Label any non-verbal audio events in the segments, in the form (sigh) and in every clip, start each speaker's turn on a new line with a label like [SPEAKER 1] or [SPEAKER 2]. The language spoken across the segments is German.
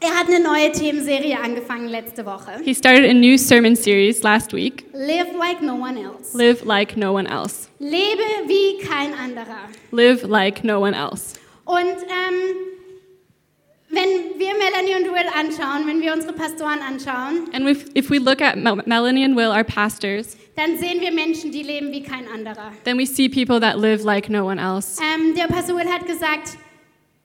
[SPEAKER 1] Er hat eine neue Themenserie angefangen letzte Woche.
[SPEAKER 2] He started a new sermon series last week
[SPEAKER 1] Live like no one else.
[SPEAKER 2] Live Like No One Else.
[SPEAKER 1] Lebe wie kein anderer.
[SPEAKER 2] Live Like No One Else.
[SPEAKER 1] Und ähm, wenn wir Melanie und Will anschauen, wenn wir unsere Pastoren anschauen,
[SPEAKER 2] And if, if we look at Mel- Melanie and Will, our pastors,
[SPEAKER 1] dann sehen wir Menschen, die leben wie kein anderer.
[SPEAKER 2] then we see people that live like no one else.
[SPEAKER 1] Ähm, der Pastor Will hat gesagt,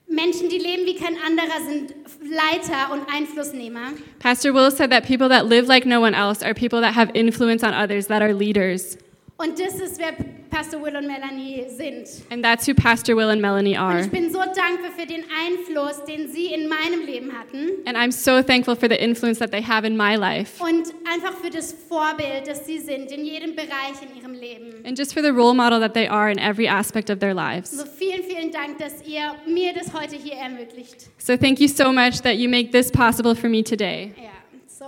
[SPEAKER 1] Menschen, die leben wie kein anderer, sind Leiter und Einflussnehmer.
[SPEAKER 2] Pastor Will said that people that live like no one else are people that have influence on others, that are leaders.
[SPEAKER 1] Und das ist, wer Pastor Will und Melanie sind.
[SPEAKER 2] And that's who Pastor Will and Melanie
[SPEAKER 1] Und
[SPEAKER 2] are.
[SPEAKER 1] ich bin so dankbar für den Einfluss, den sie in meinem Leben hatten.
[SPEAKER 2] And I'm so thankful for the influence that they have in my life.
[SPEAKER 1] Und einfach für das Vorbild, das sie sind, in jedem Bereich in ihrem Leben.
[SPEAKER 2] And just for the role model that they are in every aspect of their lives.
[SPEAKER 1] So vielen, vielen Dank, dass ihr mir das heute hier ermöglicht.
[SPEAKER 2] So thank you so much that you make this possible for me today.
[SPEAKER 1] Ja, so.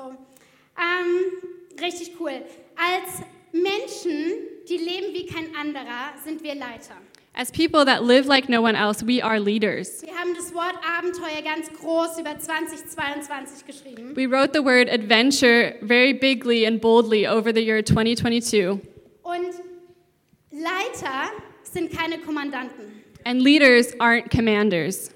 [SPEAKER 1] Ähm, richtig cool. Als Menschen, die leben wie kein anderer, sind wir Leiter.
[SPEAKER 2] As people that live like no one else, we are leaders.
[SPEAKER 1] Wir haben das Wort Abenteuer ganz groß über 2022 geschrieben.
[SPEAKER 2] We wrote the word adventure very bigly and boldly over the year 2022.
[SPEAKER 1] Und Leiter sind keine Kommandanten.
[SPEAKER 2] And leaders aren't commanders.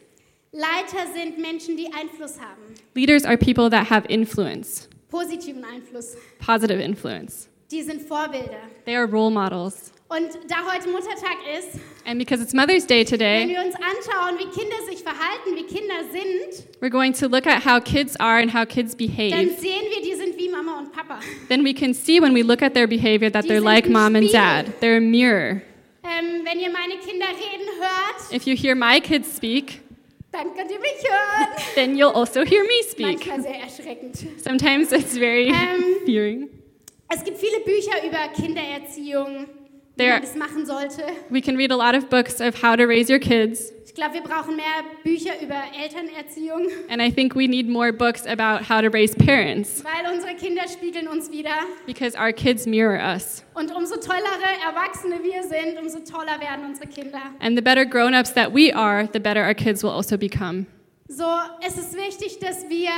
[SPEAKER 1] Leiter sind Menschen, die Einfluss haben.
[SPEAKER 2] Leaders are people that have influence,
[SPEAKER 1] Positiven Einfluss.
[SPEAKER 2] positive influence.
[SPEAKER 1] Die sind Vorbilder.
[SPEAKER 2] They are role models.
[SPEAKER 1] Und da heute Muttertag ist,
[SPEAKER 2] And because it's Mother's Day
[SPEAKER 1] wenn
[SPEAKER 2] today,
[SPEAKER 1] wir uns anschauen, wie Kinder sich verhalten, wie Kinder sind,
[SPEAKER 2] we're going to look at how kids are and how kids
[SPEAKER 1] dann
[SPEAKER 2] behave.
[SPEAKER 1] sehen wir, die sind wie Mama und Papa.
[SPEAKER 2] Then we can see when we look at their behavior that they're like mom and dad. They're a mirror.
[SPEAKER 1] Ähm, wenn ihr meine Kinder reden hört,
[SPEAKER 2] If you hear my kids speak,
[SPEAKER 1] dann könnt ihr mich hören.
[SPEAKER 2] then you'll also hear me speak.
[SPEAKER 1] Manchmal sehr erschreckend.
[SPEAKER 2] Sometimes it's very
[SPEAKER 1] Um,
[SPEAKER 2] (laughs) fearing.
[SPEAKER 1] Es gibt viele Bücher über Kindererziehung, wie
[SPEAKER 2] There-
[SPEAKER 1] man das machen sollte.
[SPEAKER 2] We can read a lot of books of how to raise your kids,
[SPEAKER 1] Ich glaube, wir brauchen mehr Bücher über Elternerziehung,
[SPEAKER 2] and I think we need more books about how to raise parents
[SPEAKER 1] weil unsere Kinder spiegeln uns wieder.
[SPEAKER 2] because our kids mirror us.
[SPEAKER 1] Und umso tollere Erwachsene wir sind, umso toller werden unsere Kinder.
[SPEAKER 2] And the better grown ups that we are, the better our kids will also become.
[SPEAKER 1] So, es ist wichtig, dass wir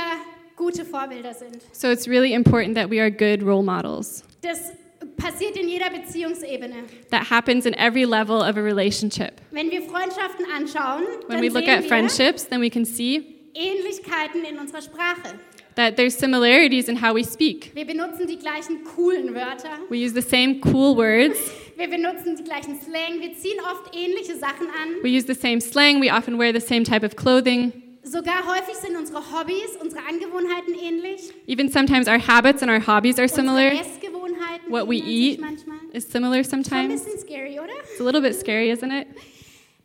[SPEAKER 1] gute Vorbilder sind.
[SPEAKER 2] So it's really important that we are good role models.
[SPEAKER 1] Das passiert in jeder Beziehungsebene.
[SPEAKER 2] That happens in every level of a relationship.
[SPEAKER 1] Wenn wir Freundschaften anschauen,
[SPEAKER 2] When
[SPEAKER 1] dann
[SPEAKER 2] we
[SPEAKER 1] sehen
[SPEAKER 2] look at
[SPEAKER 1] wir
[SPEAKER 2] friendships, then we can see
[SPEAKER 1] Ähnlichkeiten in unserer Sprache.
[SPEAKER 2] that there's similarities in how we speak.
[SPEAKER 1] Wir benutzen die gleichen coolen Wörter.
[SPEAKER 2] We use the same cool words,
[SPEAKER 1] Wir benutzen die gleichen Slang. Wir ziehen oft ähnliche Sachen an.
[SPEAKER 2] we use the same slang, we often wear the same type of clothing.
[SPEAKER 1] Sogar häufig sind unsere Hobbys, unsere Angewohnheiten ähnlich.
[SPEAKER 2] Even sometimes our habits and our hobbies are similar.
[SPEAKER 1] Unsere Essgewohnheiten
[SPEAKER 2] What we
[SPEAKER 1] ähneln sich
[SPEAKER 2] eat.
[SPEAKER 1] manchmal.
[SPEAKER 2] is similar
[SPEAKER 1] Schon ein
[SPEAKER 2] sometimes.
[SPEAKER 1] bisschen scary, oder?
[SPEAKER 2] It's a little bit scary, isn't it?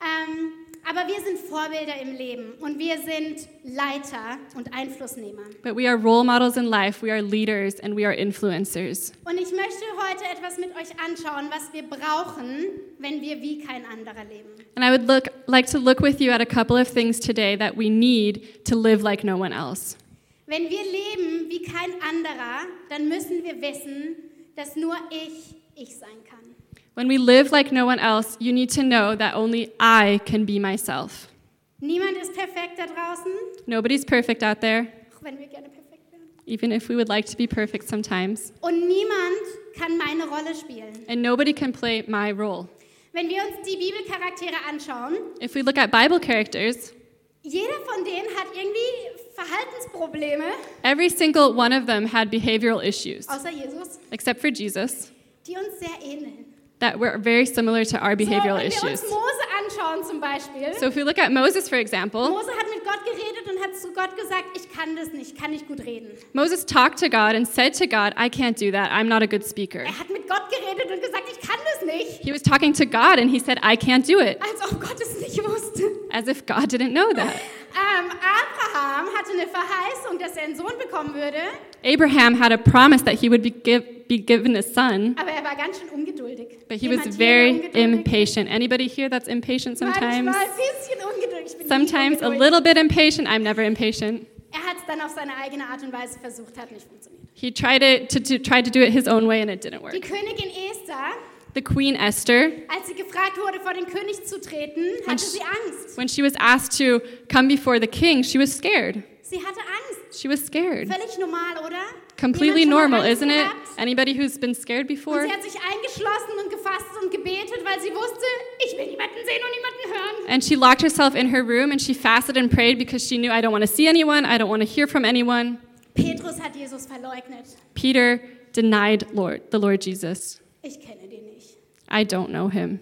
[SPEAKER 1] Ähm, aber wir sind Vorbilder im Leben und wir sind Leiter und Einflussnehmer.
[SPEAKER 2] But we are role models in life, we are leaders, and we are influencers.
[SPEAKER 1] Und ich möchte heute etwas mit euch anschauen, was wir brauchen, wenn wir wie kein anderer leben.
[SPEAKER 2] And I would look, like to look with you at a couple of things today that we need to live like no one else.
[SPEAKER 1] Wenn wir leben wie kein anderer, dann müssen wir wissen, dass nur ich ich sein kann.
[SPEAKER 2] When we live like no one else, you need to know that only I can be myself.
[SPEAKER 1] Niemand ist perfekt da draußen,
[SPEAKER 2] Nobody's perfect out there,
[SPEAKER 1] auch wenn wir gerne perfekt wären.
[SPEAKER 2] even if we would like to be perfect sometimes.
[SPEAKER 1] Und niemand kann meine Rolle spielen.
[SPEAKER 2] And nobody can play my role.
[SPEAKER 1] Wenn wir uns die Bibelcharaktere anschauen,
[SPEAKER 2] If we look at Bible characters,
[SPEAKER 1] jeder von denen hat irgendwie Verhaltensprobleme.
[SPEAKER 2] every single one of them had behavioral issues,
[SPEAKER 1] außer Jesus,
[SPEAKER 2] except for Jesus.
[SPEAKER 1] die uns sehr ähneln.
[SPEAKER 2] that were very similar to our behavioral
[SPEAKER 1] so, wenn wir
[SPEAKER 2] issues.
[SPEAKER 1] uns Mose anschauen zum Beispiel.
[SPEAKER 2] So if we look at Moses, for example,
[SPEAKER 1] Mose hat mit Gott geredet und hat zu Gott gesagt, ich kann das nicht, kann nicht gut reden.
[SPEAKER 2] Moses talked to God and said to God, I can't do that. I'm not a good speaker.
[SPEAKER 1] Er hat mit Gott geredet und gesagt, ich kann das nicht.
[SPEAKER 2] He was talking to God and he said, I can't do it,
[SPEAKER 1] Als ob Gott es nicht wusste.
[SPEAKER 2] as if God didn't know that.
[SPEAKER 1] Ähm, Abraham hatte eine Verheißung, dass er einen Sohn bekommen würde,
[SPEAKER 2] Abraham had a promise that he would be, give, be given a son,
[SPEAKER 1] aber er war ganz schön ungeduldig.
[SPEAKER 2] but he
[SPEAKER 1] Jemand
[SPEAKER 2] was
[SPEAKER 1] hier, der
[SPEAKER 2] very
[SPEAKER 1] ungeduldig
[SPEAKER 2] impatient. Anybody here that's impatient
[SPEAKER 1] ist?
[SPEAKER 2] sometimes?
[SPEAKER 1] Manchmal ein bisschen ungeduldig. Ich bin nicht
[SPEAKER 2] Sometimes a
[SPEAKER 1] ungeduldig.
[SPEAKER 2] little bit impatient. I'm never impatient.
[SPEAKER 1] Er hat es dann auf seine eigene Art und Weise versucht, hat nicht funktioniert.
[SPEAKER 2] He tried it to, to try to do it his own way and it didn't
[SPEAKER 1] Die
[SPEAKER 2] work.
[SPEAKER 1] Königin Esther
[SPEAKER 2] The queen Esther,
[SPEAKER 1] Als sie gefragt wurde, vor den König zu treten, hatte sie Angst.
[SPEAKER 2] When she was asked to come before the king, she was scared.
[SPEAKER 1] Sie hatte Angst.
[SPEAKER 2] She was scared.
[SPEAKER 1] Völlig normal, oder?
[SPEAKER 2] Completely
[SPEAKER 1] Niemand schon mal
[SPEAKER 2] normal,
[SPEAKER 1] Angst
[SPEAKER 2] isn't it?
[SPEAKER 1] gehabt?
[SPEAKER 2] Anybody who's been scared
[SPEAKER 1] Und
[SPEAKER 2] before?
[SPEAKER 1] sie hat sich eingeschlossen und gefasst und gebetet, weil sie wusste, ich will niemanden sehen und niemanden hören.
[SPEAKER 2] And she locked herself in her room and she fasted and prayed because she knew I don't want to see anyone, I don't want to hear from anyone.
[SPEAKER 1] Petrus hat Jesus verleugnet.
[SPEAKER 2] Peter denied Lord, the Lord Jesus.
[SPEAKER 1] Ich kenne den nicht.
[SPEAKER 2] I don't know him.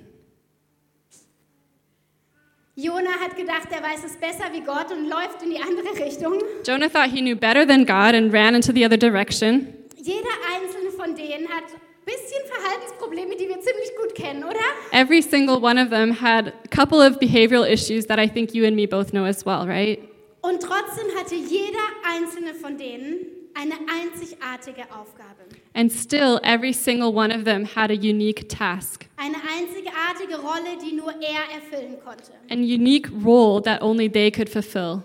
[SPEAKER 1] Jona hat gedacht, er weiß es besser wie Gott und läuft in die andere Richtung.
[SPEAKER 2] Jonah thought he knew better than God and ran into the other direction.
[SPEAKER 1] Jeder einzelne von denen hat ein bisschen Verhaltensprobleme, die wir ziemlich gut kennen, oder?
[SPEAKER 2] Every single one of them had a couple of behavioral issues that I think you and me both know as well, right?
[SPEAKER 1] Und trotzdem hatte jeder einzelne von denen eine einzigartige Aufgabe.
[SPEAKER 2] And still, every single one of them had a unique task,
[SPEAKER 1] Eine einzigartige Rolle, die nur er erfüllen konnte.
[SPEAKER 2] a unique role that only they could fulfill.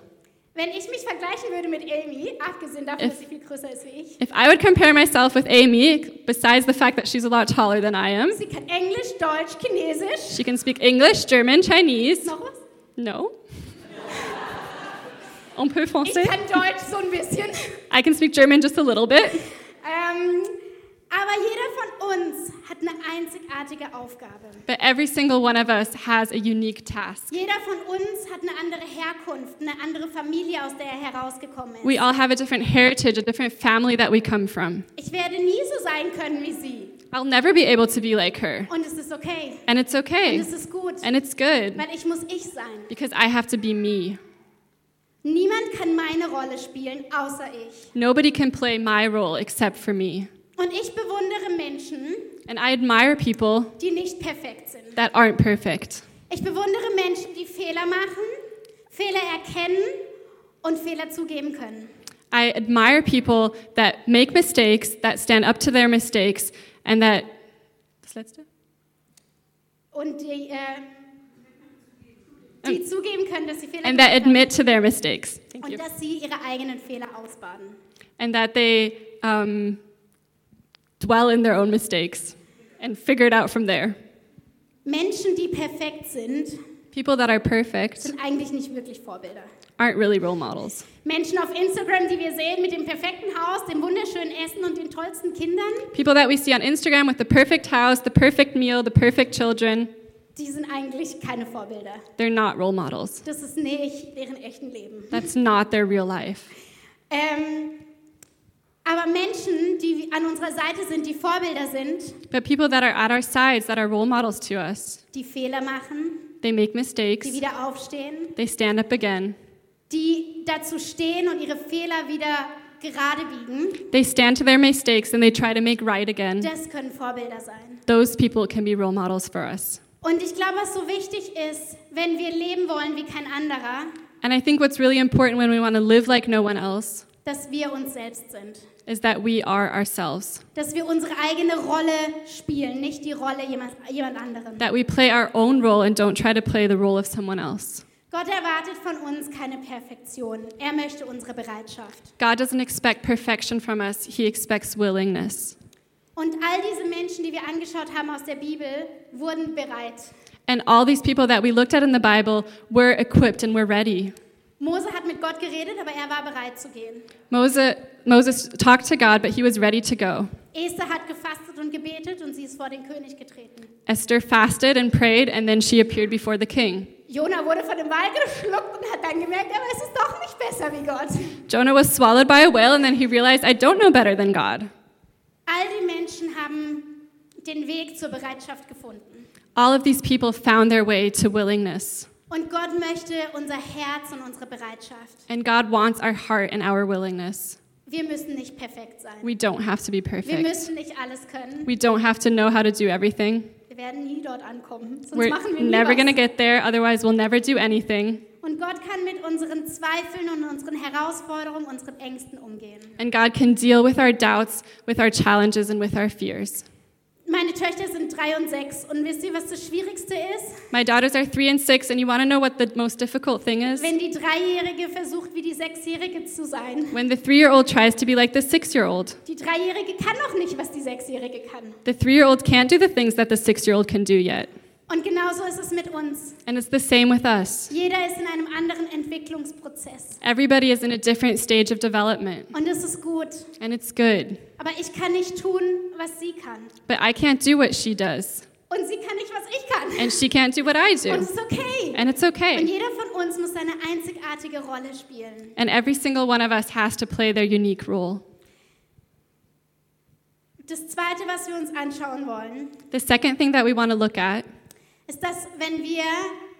[SPEAKER 1] Wenn ich mich vergleichen würde mit Amy, abgesehen davon,
[SPEAKER 2] If-
[SPEAKER 1] dass sie viel größer ist wie ich,
[SPEAKER 2] If I would compare myself with Amy, besides the fact that she's a lot taller than I am,
[SPEAKER 1] sie kann Englisch, Deutsch, Chinesisch.
[SPEAKER 2] she can speak English, German, Chinese.
[SPEAKER 1] Noch was?
[SPEAKER 2] No. On peut
[SPEAKER 1] Ich
[SPEAKER 2] français?
[SPEAKER 1] kann Deutsch so ein bisschen.
[SPEAKER 2] I can speak German just a little bit.
[SPEAKER 1] Ähm, aber jeder von uns hat eine einzigartige Aufgabe.
[SPEAKER 2] But every single one of us has a unique task.
[SPEAKER 1] Jeder von uns hat eine andere Herkunft, eine andere Familie, aus der er herausgekommen ist.
[SPEAKER 2] We all have a different heritage, a different family that we come from.
[SPEAKER 1] Ich werde nie so sein können wie sie.
[SPEAKER 2] I'll never be able to be like her.
[SPEAKER 1] Und es ist okay.
[SPEAKER 2] And it's
[SPEAKER 1] Und
[SPEAKER 2] okay.
[SPEAKER 1] es ist gut.
[SPEAKER 2] And it's good.
[SPEAKER 1] Weil ich muss ich sein.
[SPEAKER 2] Because I have to be me.
[SPEAKER 1] Niemand kann meine Rolle spielen, außer ich.
[SPEAKER 2] Nobody can play my role except for me.
[SPEAKER 1] Und ich bewundere Menschen,
[SPEAKER 2] And I admire people
[SPEAKER 1] die nicht perfekt sind.
[SPEAKER 2] that aren't perfect.
[SPEAKER 1] Ich bewundere Menschen, die Fehler machen, Fehler erkennen und Fehler zugeben können.
[SPEAKER 2] I admire people that make mistakes, that stand up to their mistakes, and that. Das letzte?
[SPEAKER 1] Und die, äh, die zugeben können, dass sie Fehler
[SPEAKER 2] And that
[SPEAKER 1] gemacht haben.
[SPEAKER 2] admit to their mistakes. Thank
[SPEAKER 1] Und
[SPEAKER 2] you.
[SPEAKER 1] dass sie ihre eigenen Fehler ausbaden.
[SPEAKER 2] And that they um, dwell in their own mistakes and figure it out from there.
[SPEAKER 1] Menschen, die perfekt sind,
[SPEAKER 2] People that are perfect
[SPEAKER 1] sind eigentlich nicht wirklich Vorbilder.
[SPEAKER 2] aren't really role models.
[SPEAKER 1] Menschen auf Instagram, die wir sehen mit dem perfekten Haus, dem wunderschönen Essen und den tollsten Kindern,
[SPEAKER 2] People that we see on Instagram with the perfect house, the perfect meal, the perfect children,
[SPEAKER 1] die sind eigentlich keine Vorbilder.
[SPEAKER 2] they're not role models.
[SPEAKER 1] Das ist nicht deren echten Leben.
[SPEAKER 2] That's not their real life.
[SPEAKER 1] Ähm, aber Menschen, die an unserer Seite sind, die Vorbilder sind,
[SPEAKER 2] But people that are at our sides, that are role models to us,
[SPEAKER 1] die Fehler machen,
[SPEAKER 2] they make mistakes,
[SPEAKER 1] die wieder aufstehen,
[SPEAKER 2] they stand up again,
[SPEAKER 1] die dazu stehen und ihre Fehler wieder gerade biegen,
[SPEAKER 2] They stand to their mistakes and they try to make right again.
[SPEAKER 1] das können Vorbilder sein.
[SPEAKER 2] Those people can be role models for us.
[SPEAKER 1] Und ich glaube, was so wichtig ist, wenn wir leben wollen wie kein anderer,
[SPEAKER 2] And I think what's really important when we want to live like no one else
[SPEAKER 1] dass wir uns selbst sind.
[SPEAKER 2] is that we are ourselves,
[SPEAKER 1] Dass wir unsere eigene Rolle spielen, nicht die Rolle jemand, jemand anderem.
[SPEAKER 2] that we play our own role and don't try to play the role of someone else.
[SPEAKER 1] Gott erwartet von uns keine Perfektion. Er möchte unsere Bereitschaft.
[SPEAKER 2] God doesn't expect perfection from us, He expects willingness.
[SPEAKER 1] Und all diese Menschen, die wir angeschaut haben aus der Bibel, wurden bereit.
[SPEAKER 2] And all these people that we looked at in the Bible were equipped and were ready.
[SPEAKER 1] Mose hat mit Gott geredet, aber er war bereit zu gehen.
[SPEAKER 2] Moses, Moses talked to God, but he was ready to go.
[SPEAKER 1] Esther hat gefastet und gebetet und sie ist vor den König getreten.
[SPEAKER 2] Esther fasted and prayed, and then she appeared before the king.
[SPEAKER 1] Jona wurde von dem Wal geschluckt und hat dann gemerkt, aber es ist doch nicht besser wie Gott.
[SPEAKER 2] Jonah was swallowed by a whale, and then he realized, I don't know better than God.
[SPEAKER 1] All die Menschen haben den Weg zur Bereitschaft gefunden.
[SPEAKER 2] All of these people found their way to willingness,
[SPEAKER 1] Und Gott möchte unser Herz und unsere Bereitschaft.
[SPEAKER 2] and God wants our heart and our willingness.
[SPEAKER 1] Wir müssen nicht perfekt sein.
[SPEAKER 2] We don't have to be
[SPEAKER 1] Wir
[SPEAKER 2] perfect.
[SPEAKER 1] müssen nicht alles können.
[SPEAKER 2] We don't have to know how to do everything.
[SPEAKER 1] Wir werden nie dort ankommen. Sonst
[SPEAKER 2] We're
[SPEAKER 1] machen wir nie
[SPEAKER 2] never
[SPEAKER 1] was.
[SPEAKER 2] going to get there, otherwise, we'll never do anything.
[SPEAKER 1] Und Gott kann mit unseren Zweifeln und unseren Herausforderungen, unseren Ängsten umgehen.
[SPEAKER 2] And God can deal with our doubts, with our challenges, and with our fears.
[SPEAKER 1] Meine Töchter sind drei und sechs und wisst ihr, was das Schwierigste ist?
[SPEAKER 2] My daughters are three and six, and you want to know what the most difficult thing is?
[SPEAKER 1] Wenn die Dreijährige versucht, wie die Sechsjährige zu sein.
[SPEAKER 2] When the three year old tries to be like the six year old.
[SPEAKER 1] Die Dreijährige kann noch nicht, was die Sechsjährige kann.
[SPEAKER 2] The three year old can't do the things that the six year old can do yet.
[SPEAKER 1] Und genauso ist es mit uns.
[SPEAKER 2] And it's the same with us.
[SPEAKER 1] Jeder ist in einem anderen Entwicklungsprozess.
[SPEAKER 2] Everybody is in a different stage of development,
[SPEAKER 1] Und es ist gut.
[SPEAKER 2] and it's good.
[SPEAKER 1] Aber ich kann nicht tun, was sie kann.
[SPEAKER 2] But I can't do what she does,
[SPEAKER 1] Und sie kann nicht, was ich kann.
[SPEAKER 2] and she can't do what I
[SPEAKER 1] Und
[SPEAKER 2] do.
[SPEAKER 1] es ist okay.
[SPEAKER 2] And it's
[SPEAKER 1] Und
[SPEAKER 2] okay.
[SPEAKER 1] jeder von uns muss seine einzigartige Rolle spielen.
[SPEAKER 2] And every single one of us has to play their unique role.
[SPEAKER 1] Das Zweite, was wir uns anschauen wollen,
[SPEAKER 2] The second thing that we want to look at
[SPEAKER 1] ist, dass wenn wir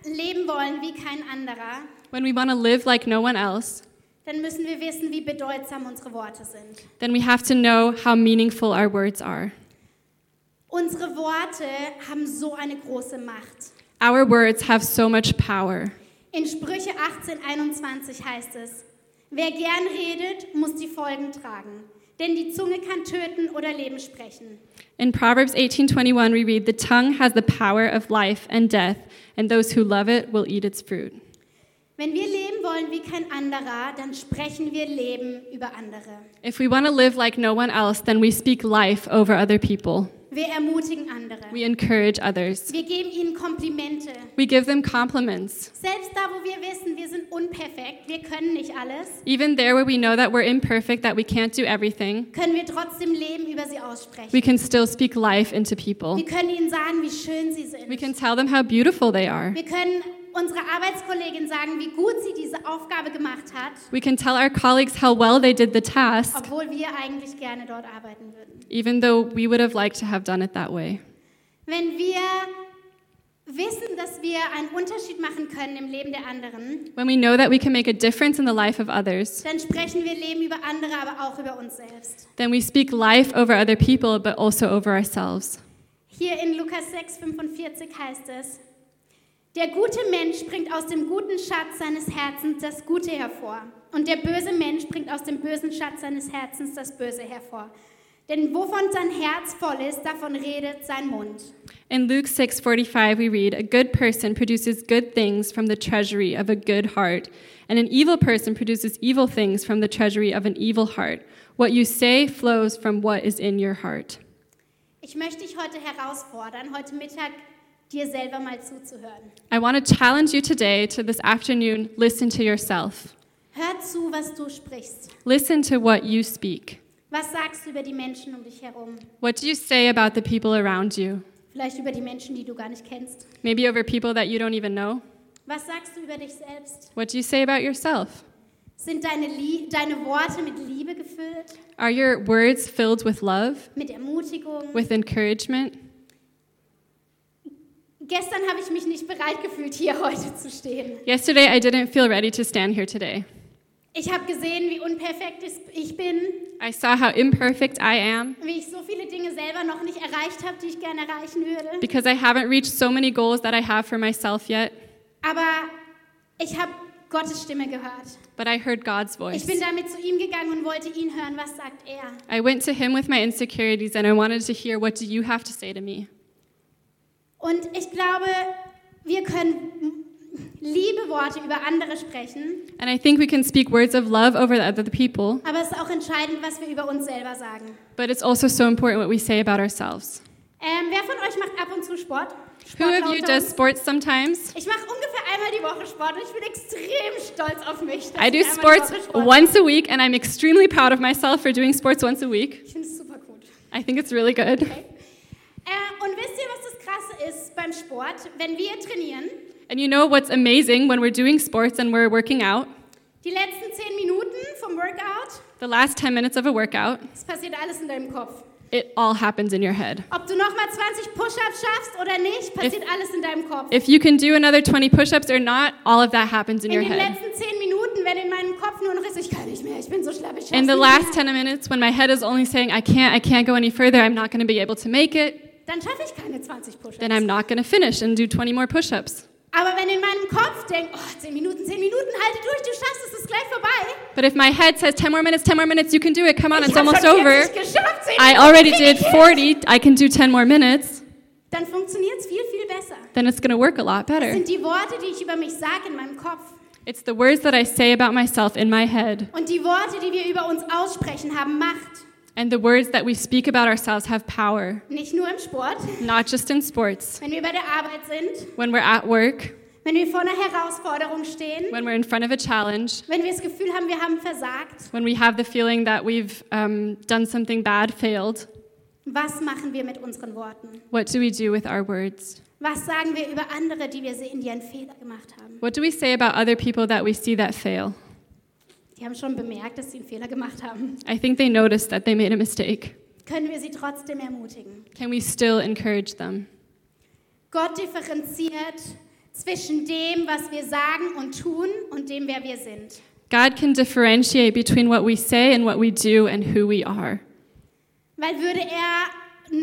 [SPEAKER 1] leben wollen wie kein anderer,
[SPEAKER 2] when we want to live like no one else,
[SPEAKER 1] dann müssen wir wissen, wie bedeutsam unsere Worte sind.
[SPEAKER 2] then we have to know how meaningful our words are.
[SPEAKER 1] Unsere Worte haben so eine große Macht.
[SPEAKER 2] Our words have so much power.
[SPEAKER 1] In Sprüche 18, 21 heißt es, wer gern redet, muss die Folgen tragen, denn die Zunge kann töten oder Leben sprechen.
[SPEAKER 2] In Proverbs 18:21 we read, "The tongue has the power of life and death, and those who love it will eat its fruit."
[SPEAKER 1] Wenn wir leben wollen wie kein anderer, dann sprechen wir Leben über andere.
[SPEAKER 2] If we want to live like no one else, then we speak life over other people.
[SPEAKER 1] Wir ermutigen andere.
[SPEAKER 2] We encourage others.
[SPEAKER 1] Wir geben ihnen Komplimente.
[SPEAKER 2] We give them compliments.
[SPEAKER 1] Selbst da, wo wir wissen, wir sind unperfekt, wir können nicht alles,
[SPEAKER 2] Even there where we know that we're imperfect, that we can't do everything,
[SPEAKER 1] können wir trotzdem Leben über sie aussprechen.
[SPEAKER 2] we can still speak life into people.
[SPEAKER 1] Wir können ihnen sagen, wie schön sie sind.
[SPEAKER 2] We can tell them how beautiful they are.
[SPEAKER 1] Wir können unserer Arbeitskollegin sagen, wie gut sie diese Aufgabe gemacht hat,
[SPEAKER 2] We can tell our colleagues how well they did the task,
[SPEAKER 1] obwohl wir eigentlich gerne dort arbeiten würden.
[SPEAKER 2] even though we would have liked to have done it that way.
[SPEAKER 1] Wenn wir wissen, dass wir einen Unterschied machen können im Leben der anderen,
[SPEAKER 2] When we know that we can make a difference in the life of others,
[SPEAKER 1] dann sprechen wir Leben über andere, aber auch über uns selbst.
[SPEAKER 2] then we speak life over other people, but also over ourselves.
[SPEAKER 1] Hier in Lukas 6, 45 heißt es, der gute Mensch bringt aus dem guten Schatz seines Herzens das Gute hervor. Und der böse Mensch bringt aus dem bösen Schatz seines Herzens das Böse hervor. Denn wovon sein Herz voll ist, davon redet sein Mund.
[SPEAKER 2] In Luke 6:45 we read, "A good person produces good things from the treasury of a good heart, and an evil person produces evil things from the treasury of an evil heart. What you say flows from what is in your heart."
[SPEAKER 1] Ich möchte dich heute herausfordern, heute Mittag dir selber mal zuzuhören.
[SPEAKER 2] I want to challenge you today to this afternoon, listen to yourself.
[SPEAKER 1] Hör zu, was du sprichst.
[SPEAKER 2] Listen to what you speak.
[SPEAKER 1] Was sagst du über die Menschen um dich herum?
[SPEAKER 2] What do you say about the people around you?
[SPEAKER 1] Vielleicht über die Menschen, die du gar nicht kennst.
[SPEAKER 2] Maybe over people that you don't even know?
[SPEAKER 1] Was sagst du über dich selbst?
[SPEAKER 2] What do you say about yourself?
[SPEAKER 1] Sind deine, Lie deine Worte mit Liebe gefüllt,
[SPEAKER 2] Are your words filled with love,
[SPEAKER 1] mit Ermutigung?
[SPEAKER 2] with encouragement?
[SPEAKER 1] Gestern habe ich mich nicht bereit gefühlt, hier heute zu stehen.
[SPEAKER 2] Yesterday, I didn't feel ready to stand here today.
[SPEAKER 1] Ich habe gesehen, wie unperfekt es- ich bin,
[SPEAKER 2] I saw how imperfect I am
[SPEAKER 1] wie ich so viele Dinge selber noch nicht erreicht habe, die ich gerne erreichen würde.
[SPEAKER 2] because I haven't reached so many goals that I have for myself yet,
[SPEAKER 1] Aber ich habe Gottes Stimme gehört.
[SPEAKER 2] but I heard God's
[SPEAKER 1] Ich
[SPEAKER 2] voice.
[SPEAKER 1] bin damit zu ihm gegangen und wollte ihn hören, was sagt er.
[SPEAKER 2] I went to Him with my insecurities and I wanted to hear, What do you have to say to me?
[SPEAKER 1] Und ich glaube, wir können liebe Worte über andere sprechen,
[SPEAKER 2] And I think we can speak words of love over the other people,
[SPEAKER 1] aber es ist auch entscheidend, was wir über uns selber sagen.
[SPEAKER 2] but it's also so important what we say about ourselves.
[SPEAKER 1] Ähm, wer von euch macht ab und zu Sport?
[SPEAKER 2] Who
[SPEAKER 1] Sportler
[SPEAKER 2] of you
[SPEAKER 1] unter
[SPEAKER 2] does
[SPEAKER 1] uns?
[SPEAKER 2] sports sometimes?
[SPEAKER 1] Ich mache ungefähr einmal die Woche Sport und ich bin extrem stolz auf mich. dass
[SPEAKER 2] I do
[SPEAKER 1] ich einmal die
[SPEAKER 2] sports
[SPEAKER 1] Woche Sport mache.
[SPEAKER 2] once a week, and I'm extremely proud of myself for doing sports once a week.
[SPEAKER 1] Ich finde es super gut.
[SPEAKER 2] I think it's really good.
[SPEAKER 1] Okay. Äh, und wisst ihr, was das Krasse ist beim Sport? Wenn wir trainieren,
[SPEAKER 2] And you know what's amazing when we're doing sports and we're working out?
[SPEAKER 1] die letzten zehn Minuten vom Workout,
[SPEAKER 2] The last 10 minutes of a workout,
[SPEAKER 1] es passiert alles in deinem Kopf.
[SPEAKER 2] it all happens in your head.
[SPEAKER 1] Ob du nochmal 20 Push-Ups schaffst oder nicht, passiert alles in deinem Kopf.
[SPEAKER 2] If you can do another 20 push ups or not, all of that happens in
[SPEAKER 1] In
[SPEAKER 2] your
[SPEAKER 1] den
[SPEAKER 2] head.
[SPEAKER 1] letzten zehn Minuten, wenn in meinem Kopf nur noch ist, ich kann nicht mehr, ich bin so schlapp, ich schaff's
[SPEAKER 2] In the
[SPEAKER 1] nicht
[SPEAKER 2] last
[SPEAKER 1] mehr,
[SPEAKER 2] 10 minutes, when my head is only saying, I can't, I can't go any further, I'm not going to be able to make it,
[SPEAKER 1] dann schaffe ich keine 20 Push-Ups.
[SPEAKER 2] then I'm not going to finish and do 20 more push ups.
[SPEAKER 1] Aber wenn in meinem Kopf denkt, oh, 10 Minuten, 10 Minuten, halte durch, du schaffst es, es ist gleich vorbei.
[SPEAKER 2] But if my head says 10 more minutes, 10 more minutes, you can do it, come on,
[SPEAKER 1] ich
[SPEAKER 2] it's
[SPEAKER 1] hab
[SPEAKER 2] almost
[SPEAKER 1] schon
[SPEAKER 2] over.
[SPEAKER 1] 40 geschafft, 10
[SPEAKER 2] I
[SPEAKER 1] Minuten
[SPEAKER 2] already
[SPEAKER 1] krieg (laughs)
[SPEAKER 2] did
[SPEAKER 1] ich hin.
[SPEAKER 2] 40, I can do 10 more minutes,
[SPEAKER 1] Dann funktioniert es viel, viel besser.
[SPEAKER 2] then it's going to work a lot
[SPEAKER 1] Das
[SPEAKER 2] better.
[SPEAKER 1] sind die Worte, die ich über mich sage in meinem Kopf.
[SPEAKER 2] It's the words that I say about myself in my head
[SPEAKER 1] Und die Worte, die wir über uns aussprechen, haben Macht.
[SPEAKER 2] And the words that we speak about ourselves have power,
[SPEAKER 1] Nicht nur im Sport,
[SPEAKER 2] not just in sports,
[SPEAKER 1] wenn wir bei der Arbeit sind,
[SPEAKER 2] when we're at work,
[SPEAKER 1] wenn wir vor einer Herausforderung stehen,
[SPEAKER 2] when we're in front of a challenge,
[SPEAKER 1] wenn wir das Gefühl haben, wir haben versagt.
[SPEAKER 2] when we have the feeling that we've um, done something bad, failed.
[SPEAKER 1] Was machen wir mit unseren Worten?
[SPEAKER 2] What do we do with our words?
[SPEAKER 1] Was sagen wir über andere, die wir sehen, die einen Fehler gemacht haben?
[SPEAKER 2] What do we say about other people that we see that fail?
[SPEAKER 1] Die haben schon bemerkt, dass sie einen Fehler gemacht haben.
[SPEAKER 2] I think they noticed that they made a mistake.
[SPEAKER 1] Können wir sie trotzdem ermutigen?
[SPEAKER 2] Can we still encourage them?
[SPEAKER 1] Gott differenziert zwischen dem, was wir sagen und tun und dem, wer wir sind.
[SPEAKER 2] God can differentiate between what we say and what we do and who we are.
[SPEAKER 1] Weil würde er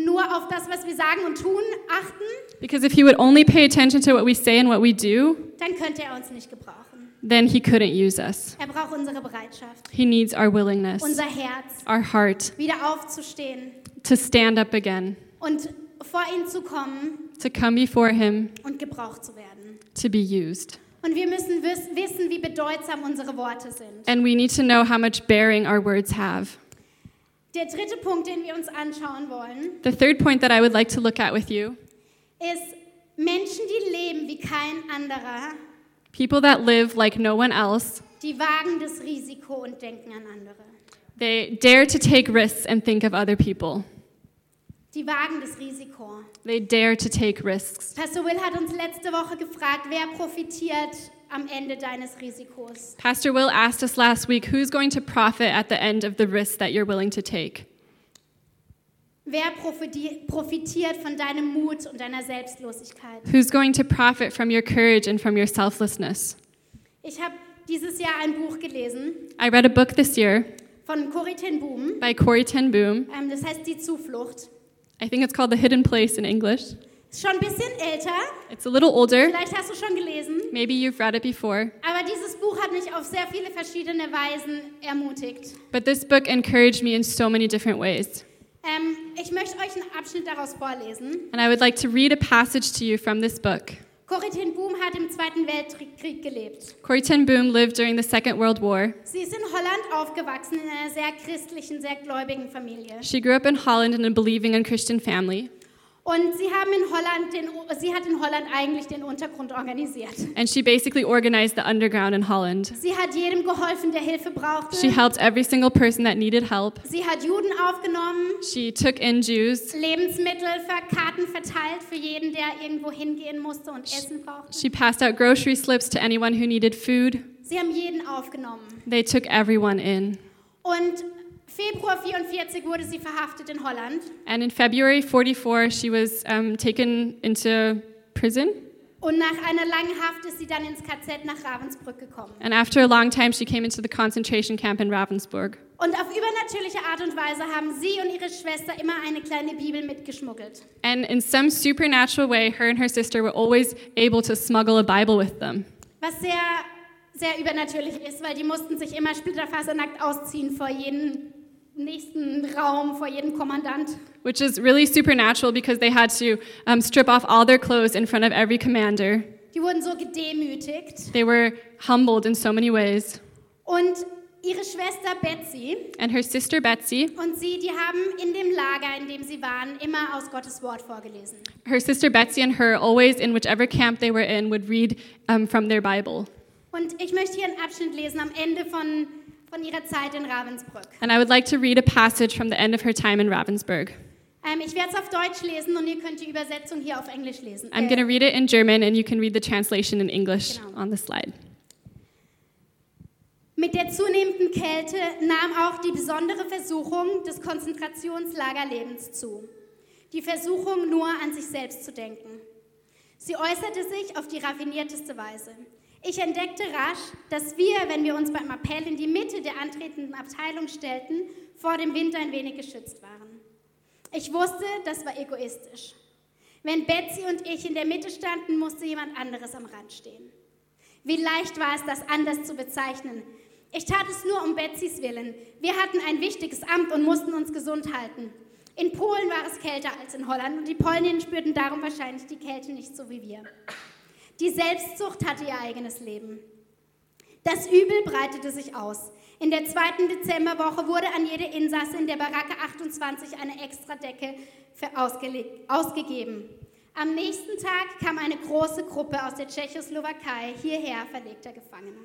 [SPEAKER 1] nur auf das, was wir sagen und tun, achten,
[SPEAKER 2] Because if he would only pay attention to what we say and what we do,
[SPEAKER 1] dann könnte er uns nicht gebrauchen.
[SPEAKER 2] then he couldn't use us.
[SPEAKER 1] Er braucht unsere Bereitschaft,
[SPEAKER 2] He needs our willingness,
[SPEAKER 1] unser Herz,
[SPEAKER 2] our heart
[SPEAKER 1] wieder aufzustehen
[SPEAKER 2] to stand up again,
[SPEAKER 1] und vor ihn zu kommen
[SPEAKER 2] to come before him,
[SPEAKER 1] und gebraucht zu werden.
[SPEAKER 2] to be used.
[SPEAKER 1] Und wir müssen wiss wissen, wie bedeutsam unsere Worte sind.
[SPEAKER 2] And we need to know how much bearing our words have.
[SPEAKER 1] Der dritte Punkt, den wir uns anschauen wollen,
[SPEAKER 2] The third point that I would like to look at with you
[SPEAKER 1] ist Menschen, die leben wie kein anderer,
[SPEAKER 2] people that live like no one else,
[SPEAKER 1] die wagen das Risiko und denken an andere.
[SPEAKER 2] they dare to take risks and think of other people.
[SPEAKER 1] Die wagen das Risiko.
[SPEAKER 2] They dare to take risks.
[SPEAKER 1] Pastor Will hat uns letzte Woche gefragt, wer profitiert am Ende deines Risikos?
[SPEAKER 2] Pastor Will asked us last week who's going to profit at the end of the risk that you're willing to take?
[SPEAKER 1] Wer profiti- profitiert von deinem Mut und deiner Selbstlosigkeit?
[SPEAKER 2] Who's going to profit from your courage and from your selflessness?
[SPEAKER 1] Ich habe dieses Jahr ein Buch gelesen
[SPEAKER 2] I read a book this year
[SPEAKER 1] von Corrie ten Boom.
[SPEAKER 2] by Corey Ten Boom.
[SPEAKER 1] Ähm, das heißt Die Zuflucht.
[SPEAKER 2] I think it's called The Hidden Place in English.
[SPEAKER 1] Ist Schon ein bisschen älter,
[SPEAKER 2] It's a little older.
[SPEAKER 1] vielleicht hast du schon gelesen,
[SPEAKER 2] Maybe you've read it before.
[SPEAKER 1] aber dieses Buch hat mich auf sehr viele verschiedene Weisen ermutigt.
[SPEAKER 2] But this book encouraged me in so many different ways.
[SPEAKER 1] Ähm, ich möchte euch einen Abschnitt daraus vorlesen.
[SPEAKER 2] And I would like to read a passage to you from this book.
[SPEAKER 1] Corrie ten Boom hat im Zweiten Weltkrieg gelebt.
[SPEAKER 2] Corrie Ten Boom lived during the Second World War.
[SPEAKER 1] Sie ist in Holland aufgewachsen, in einer sehr christlichen, sehr gläubigen Familie.
[SPEAKER 2] She grew up in Holland in a believing and Christian family.
[SPEAKER 1] Und sie, haben in Holland den, sie hat in Holland eigentlich den Untergrund organisiert.
[SPEAKER 2] And she basically organized the underground in Holland.
[SPEAKER 1] Sie hat jedem geholfen, der Hilfe
[SPEAKER 2] She
[SPEAKER 1] brauchte.
[SPEAKER 2] helped every single person that needed help.
[SPEAKER 1] Sie hat Juden aufgenommen.
[SPEAKER 2] She took in Jews.
[SPEAKER 1] Lebensmittelkarten verteilt für jeden, der irgendwo hingehen musste und Essen brauchte.
[SPEAKER 2] She passed out grocery slips to anyone who needed food.
[SPEAKER 1] Sie haben jeden aufgenommen.
[SPEAKER 2] They took everyone in.
[SPEAKER 1] Und Februar 44 wurde sie verhaftet in Holland
[SPEAKER 2] And in February 44, she was um, taken into prison.
[SPEAKER 1] und nach einer langen Haft ist sie dann ins KZ nach Ravensbrück gekommen.
[SPEAKER 2] And after a long time, she came into the concentration camp in Ravensburg.
[SPEAKER 1] Und auf übernatürliche Art und Weise haben sie und ihre Schwester immer eine kleine Bibel mitgeschmuggelt.
[SPEAKER 2] And in some supernatural way, her and her sister were always able to smuggle a Bible with them,
[SPEAKER 1] Was sehr, sehr übernatürlich ist, weil die mussten sich immer splitterfasernackt ausziehen vor jedem nächsten Raum, vor jedem Kommandant.
[SPEAKER 2] which is really supernatural because they had to um, strip off all their clothes in front of every commander.
[SPEAKER 1] Die wurden so gedemütigt.
[SPEAKER 2] They were humbled in so many ways.
[SPEAKER 1] Und ihre Schwester Betsy
[SPEAKER 2] And her sister Betsy,
[SPEAKER 1] und sie, die haben in dem Lager, in dem sie waren, immer aus Gottes Wort vorgelesen.
[SPEAKER 2] her sister Betsy and her, always in whichever camp they were in, would read um, from their Bible.
[SPEAKER 1] Und ich möchte hier einen Abschnitt lesen am Ende von, von ihrer Zeit in Ravensbrück.
[SPEAKER 2] And I would like to read a passage from the end of her time in Ravensburg.
[SPEAKER 1] Ähm, ich werde es auf Deutsch lesen und ihr könnt die Übersetzung hier auf Englisch lesen.
[SPEAKER 2] I'm
[SPEAKER 1] Äh,
[SPEAKER 2] going to read it in German, and you can read the translation in English
[SPEAKER 1] Genau.
[SPEAKER 2] on the slide.
[SPEAKER 1] Mit der zunehmenden Kälte nahm auch die besondere Versuchung des Konzentrationslagerlebens zu. Die Versuchung, nur an sich selbst zu denken. Sie äußerte sich auf die raffinierteste Weise. Ich entdeckte rasch, dass wir, wenn wir uns beim Appell in die Mitte der antretenden Abteilung stellten, vor dem Wind ein wenig geschützt waren. Ich wusste, das war egoistisch. Wenn Betsy und ich in der Mitte standen, musste jemand anderes am Rand stehen. Wie leicht war es, das anders zu bezeichnen. Ich tat es nur um Betsys Willen. Wir hatten ein wichtiges Amt und mussten uns gesund halten. In Polen war es kälter als in Holland und die Polninnen spürten darum wahrscheinlich die Kälte nicht so wie wir. Die Selbstsucht hatte ihr eigenes Leben. Das Übel breitete sich aus. In der zweiten Dezemberwoche wurde an jede Insasse in der Baracke 28 eine Extradecke für ausgelegt, ausgegeben. Am nächsten Tag kam eine große Gruppe aus der Tschechoslowakei hierher verlegter Gefangener.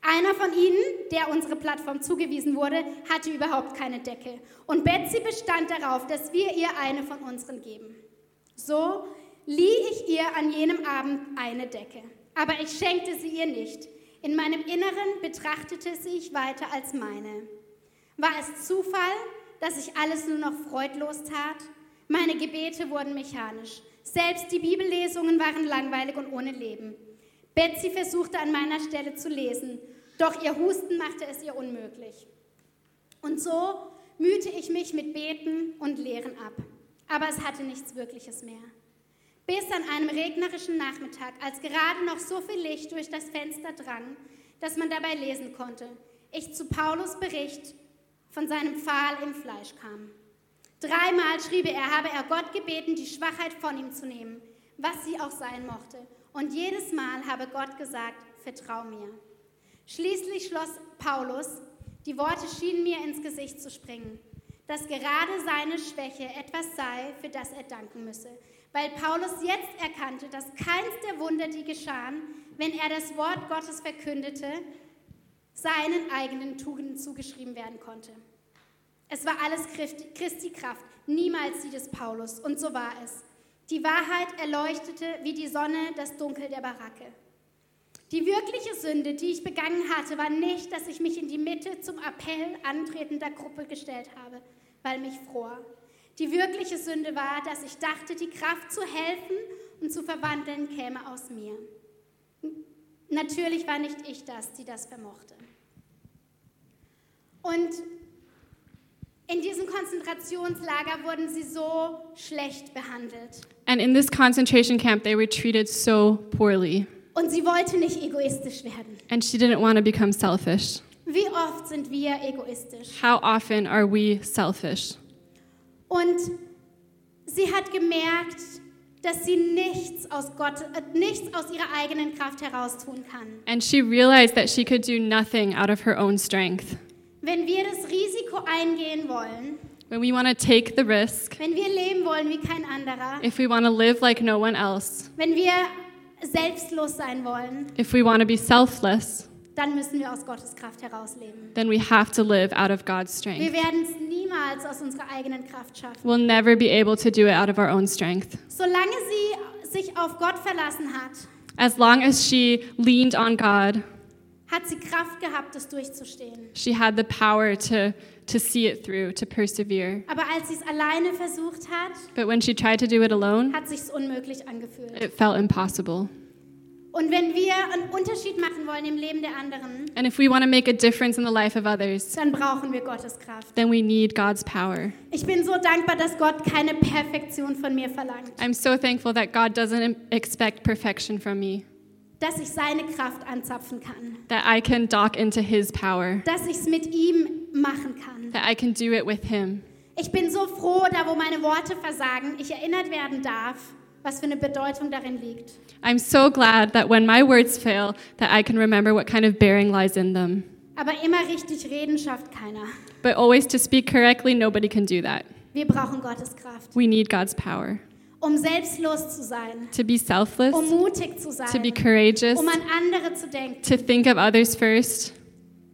[SPEAKER 1] Einer von ihnen, der unsere Plattform zugewiesen wurde, hatte überhaupt keine Decke. Und Betsy bestand darauf, dass wir ihr eine von unseren geben. So lieh ich ihr an jenem Abend eine Decke. Aber ich schenkte sie ihr nicht. In meinem Inneren betrachtete sie ich weiter als meine. War es Zufall, dass ich alles nur noch freudlos tat? Meine Gebete wurden mechanisch. Selbst die Bibellesungen waren langweilig und ohne Leben. Betsy versuchte an meiner Stelle zu lesen, doch ihr Husten machte es ihr unmöglich. Und so mühte ich mich mit Beten und Lehren ab. Aber es hatte nichts Wirkliches mehr. Bis an einem regnerischen Nachmittag, als gerade noch so viel Licht durch das Fenster drang, dass man dabei lesen konnte, ich zu Paulus Bericht von seinem Pfahl im Fleisch kam. Dreimal schrieb er, habe er Gott gebeten, die Schwachheit von ihm zu nehmen, was sie auch sein mochte. Und jedes Mal habe Gott gesagt, vertrau mir. Schließlich schloss Paulus, die Worte schienen mir ins Gesicht zu springen, dass gerade seine Schwäche etwas sei, für das er danken müsse, weil Paulus jetzt erkannte, dass keins der Wunder, die geschahen, wenn er das Wort Gottes verkündete, seinen eigenen Tugenden zugeschrieben werden konnte. Es war alles Christi Kraft, niemals die des Paulus, und so war es. Die Wahrheit erleuchtete wie die Sonne das Dunkel der Baracke. Die wirkliche Sünde, die ich begangen hatte, war nicht, dass ich mich in die Mitte zum Appell antretender Gruppe gestellt habe, weil mich fror. Die wirkliche Sünde war, dass ich dachte, die Kraft zu helfen und zu verwandeln käme aus mir. Natürlich war nicht ich das, die das vermochte. Und in diesem Konzentrationslager wurden sie so schlecht behandelt.
[SPEAKER 2] And in this concentration camp, they were treated so poorly.
[SPEAKER 1] Und sie wollte nicht egoistisch werden.
[SPEAKER 2] And she didn't want to become selfish.
[SPEAKER 1] Wie oft sind wir egoistisch?
[SPEAKER 2] How often are we selfish?
[SPEAKER 1] Und sie hat gemerkt, dass sie nichts aus, Gott, äh, nichts aus ihrer eigenen Kraft heraus tun kann.
[SPEAKER 2] And she realized that she could do nothing out of her own strength.
[SPEAKER 1] Wenn wir das Risiko eingehen wollen,
[SPEAKER 2] When we want to take the risk,
[SPEAKER 1] wenn wir leben wollen wie kein anderer,
[SPEAKER 2] if we want to live like no one else,
[SPEAKER 1] wenn wir selbstlos sein wollen,
[SPEAKER 2] if we want to be selfless,
[SPEAKER 1] dann müssen wir aus Gottes Kraft heraus leben.
[SPEAKER 2] then we have to live out of God's
[SPEAKER 1] Wir
[SPEAKER 2] strength.
[SPEAKER 1] werden es niemals aus unserer eigenen Kraft schaffen.
[SPEAKER 2] We'll never be able to do it out of our own strength.
[SPEAKER 1] Solange sie sich auf Gott verlassen hat,
[SPEAKER 2] As long as she leaned on God,
[SPEAKER 1] hat sie Kraft gehabt, es durchzustehen.
[SPEAKER 2] she had the power to, to see it through, to persevere.
[SPEAKER 1] Aber als sie es alleine versucht hat,
[SPEAKER 2] But when she tried to do it alone,
[SPEAKER 1] hat sich es unmöglich angefühlt.
[SPEAKER 2] it felt impossible.
[SPEAKER 1] Und wenn wir einen Unterschied machen wollen im Leben der anderen,
[SPEAKER 2] And if we want to make a difference in the life of others,
[SPEAKER 1] dann brauchen wir Gottes Kraft.
[SPEAKER 2] then we need God's power.
[SPEAKER 1] Ich bin so dankbar, dass Gott keine Perfektion von mir verlangt,
[SPEAKER 2] I'm so thankful that God doesn't im- expect perfection from me,
[SPEAKER 1] dass ich seine Kraft anzapfen kann,
[SPEAKER 2] that I can dock into His power,
[SPEAKER 1] dass ich es mit ihm machen kann.
[SPEAKER 2] that I can do it with Him.
[SPEAKER 1] Ich bin so froh, da wo meine Worte versagen, ich erinnert werden darf, was für eine Bedeutung darin liegt.
[SPEAKER 2] I'm so glad that when my words fail, that I can remember what kind of bearing lies in them.
[SPEAKER 1] Aber immer richtig reden schafft keiner.
[SPEAKER 2] But always to speak correctly, nobody can do that.
[SPEAKER 1] Wir brauchen Gottes Kraft,
[SPEAKER 2] We need God's power
[SPEAKER 1] um selbstlos zu sein,
[SPEAKER 2] to be selfless,
[SPEAKER 1] um mutig zu
[SPEAKER 2] to be
[SPEAKER 1] sein,
[SPEAKER 2] courageous,
[SPEAKER 1] um an andere zu denken,
[SPEAKER 2] to think of others first.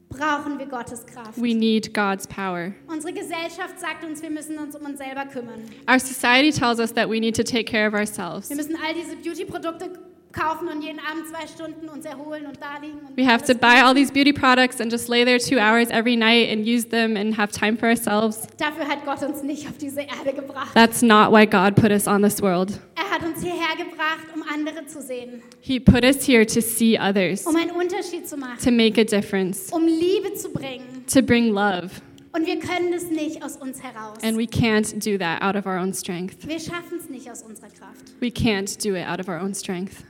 [SPEAKER 1] brauchen wir Gottes Kraft.
[SPEAKER 2] We need God's power.
[SPEAKER 1] Unsere Gesellschaft sagt uns, wir müssen uns um uns selber kümmern.
[SPEAKER 2] Our society tells us that we need to take care of ourselves.
[SPEAKER 1] Wir müssen all diese Beauty-Produkte kaufen und jeden Abend zwei Stunden uns erholen und da liegen. Und
[SPEAKER 2] We have to
[SPEAKER 1] alles-
[SPEAKER 2] buy all these beauty products and just lay there two hours every night and use them and have time for ourselves.
[SPEAKER 1] Dafür hat Gott uns nicht auf diese Erde gebracht.
[SPEAKER 2] That's not why God put us on this world.
[SPEAKER 1] Er hat uns hierher gebracht, um andere zu sehen,
[SPEAKER 2] He put us here to see others,
[SPEAKER 1] um einen Unterschied zu machen,
[SPEAKER 2] to make a difference,
[SPEAKER 1] um Liebe zu bringen.
[SPEAKER 2] to bring love.
[SPEAKER 1] Und wir können das nicht aus uns heraus.
[SPEAKER 2] And we can't do that out of our own strength.
[SPEAKER 1] Wir schaffen es nicht aus unserer Kraft.
[SPEAKER 2] We can't do it out of our own strength.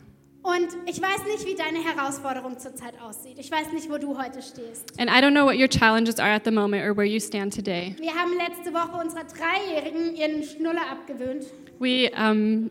[SPEAKER 1] Und ich weiß nicht, wie deine Herausforderung zurzeit aussieht. Ich weiß nicht, wo du heute stehst.
[SPEAKER 2] And I don't know what your challenges are at the moment or where you stand today.
[SPEAKER 1] Wir haben letzte Woche unserer Dreijährigen ihren Schnuller abgewöhnt.
[SPEAKER 2] We um,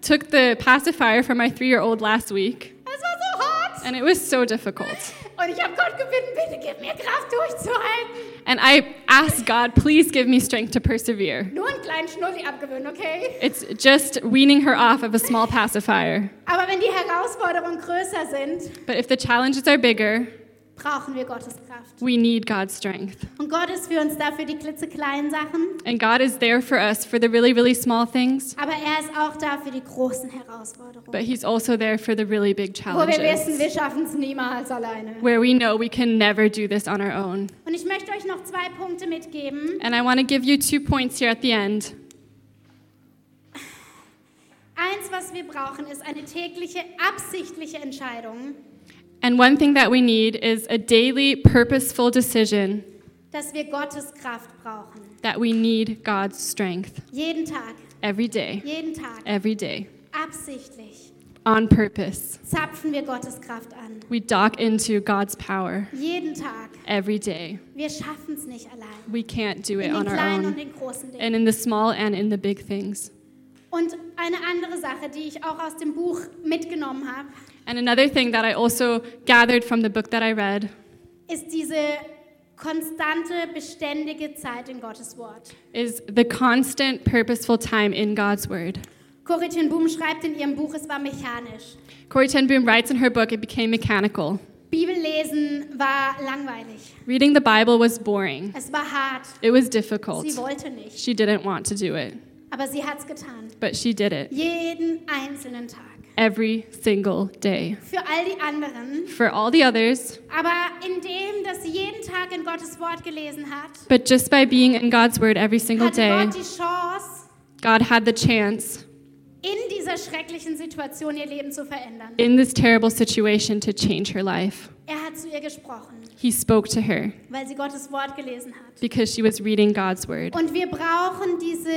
[SPEAKER 2] took the pacifier from our three year old last week,
[SPEAKER 1] Es war so hart.
[SPEAKER 2] And it was so difficult.
[SPEAKER 1] Und ich habe Gott gebeten, bitte gib mir Kraft durchzuhalten.
[SPEAKER 2] And I asked God, please give me strength to persevere.
[SPEAKER 1] Nur einen kleinen Schnulli abgewöhnen, okay?
[SPEAKER 2] It's just weaning her off of a small pacifier.
[SPEAKER 1] Aber wenn die Herausforderungen größer sind,
[SPEAKER 2] But if the challenges are bigger,
[SPEAKER 1] brauchen wir Gottes Kraft.
[SPEAKER 2] we need God's strength.
[SPEAKER 1] Und Gott ist für uns da für die klitzekleinen Sachen,
[SPEAKER 2] And God is there for us for the really, really small things,
[SPEAKER 1] aber er ist auch da für die großen Herausforderungen.
[SPEAKER 2] but He's also there for the really big
[SPEAKER 1] Wo wir wissen,
[SPEAKER 2] challenges
[SPEAKER 1] wir schaffen es niemals alleine.
[SPEAKER 2] where we know we can never do this on our own.
[SPEAKER 1] Und ich möchte euch noch zwei Punkte mitgeben.
[SPEAKER 2] And I want to give you two points here at the end.
[SPEAKER 1] Eins, was wir brauchen, ist eine tägliche, absichtliche Entscheidung,
[SPEAKER 2] And one thing that we need is a daily, purposeful decision
[SPEAKER 1] dass wir Gottes Kraft brauchen.
[SPEAKER 2] that we need God's strength
[SPEAKER 1] Jeden Tag,
[SPEAKER 2] every day,
[SPEAKER 1] jeden Tag,
[SPEAKER 2] every day,
[SPEAKER 1] absichtlich
[SPEAKER 2] on purpose.
[SPEAKER 1] zapfen wir Gottes Kraft an.
[SPEAKER 2] We dock into God's power
[SPEAKER 1] Jeden Tag.
[SPEAKER 2] every day.
[SPEAKER 1] Wir schaffen es nicht allein.
[SPEAKER 2] We can't do it
[SPEAKER 1] In den
[SPEAKER 2] on our
[SPEAKER 1] kleinen und
[SPEAKER 2] own,
[SPEAKER 1] den großen Dingen.
[SPEAKER 2] and in the small and in the big things.
[SPEAKER 1] Und eine andere Sache, die ich auch aus dem Buch mitgenommen habe,
[SPEAKER 2] And another thing that I also gathered from the book that I read
[SPEAKER 1] ist diese konstante, beständige Zeit in Gottes Wort.
[SPEAKER 2] is the constant, purposeful time in God's Word.
[SPEAKER 1] Corrie ten Boom schreibt in ihrem Buch, es war mechanisch.
[SPEAKER 2] Corrie Ten Boom writes in her book, it became mechanical.
[SPEAKER 1] Bibellesen war langweilig.
[SPEAKER 2] Reading the Bible was boring.
[SPEAKER 1] Es war hart.
[SPEAKER 2] It was difficult.
[SPEAKER 1] Sie wollte nicht,
[SPEAKER 2] She didn't want to do it,
[SPEAKER 1] aber sie hat es getan.
[SPEAKER 2] but she did it
[SPEAKER 1] Jeden einzelnen Tag.
[SPEAKER 2] every single day.
[SPEAKER 1] Für all die anderen.
[SPEAKER 2] For all the others,
[SPEAKER 1] Aber indem, dass sie jeden Tag in Gottes Wort gelesen hat,
[SPEAKER 2] but just by being in God's Word every single
[SPEAKER 1] hatte
[SPEAKER 2] day,
[SPEAKER 1] Gott die Chance,
[SPEAKER 2] God had the chance
[SPEAKER 1] in dieser schrecklichen Situation ihr Leben zu verändern.
[SPEAKER 2] in this terrible situation to change her life.
[SPEAKER 1] Er hat zu ihr gesprochen,
[SPEAKER 2] He spoke to her
[SPEAKER 1] weil sie Gottes Wort gelesen hat.
[SPEAKER 2] because she was reading God's Word.
[SPEAKER 1] Und wir brauchen diese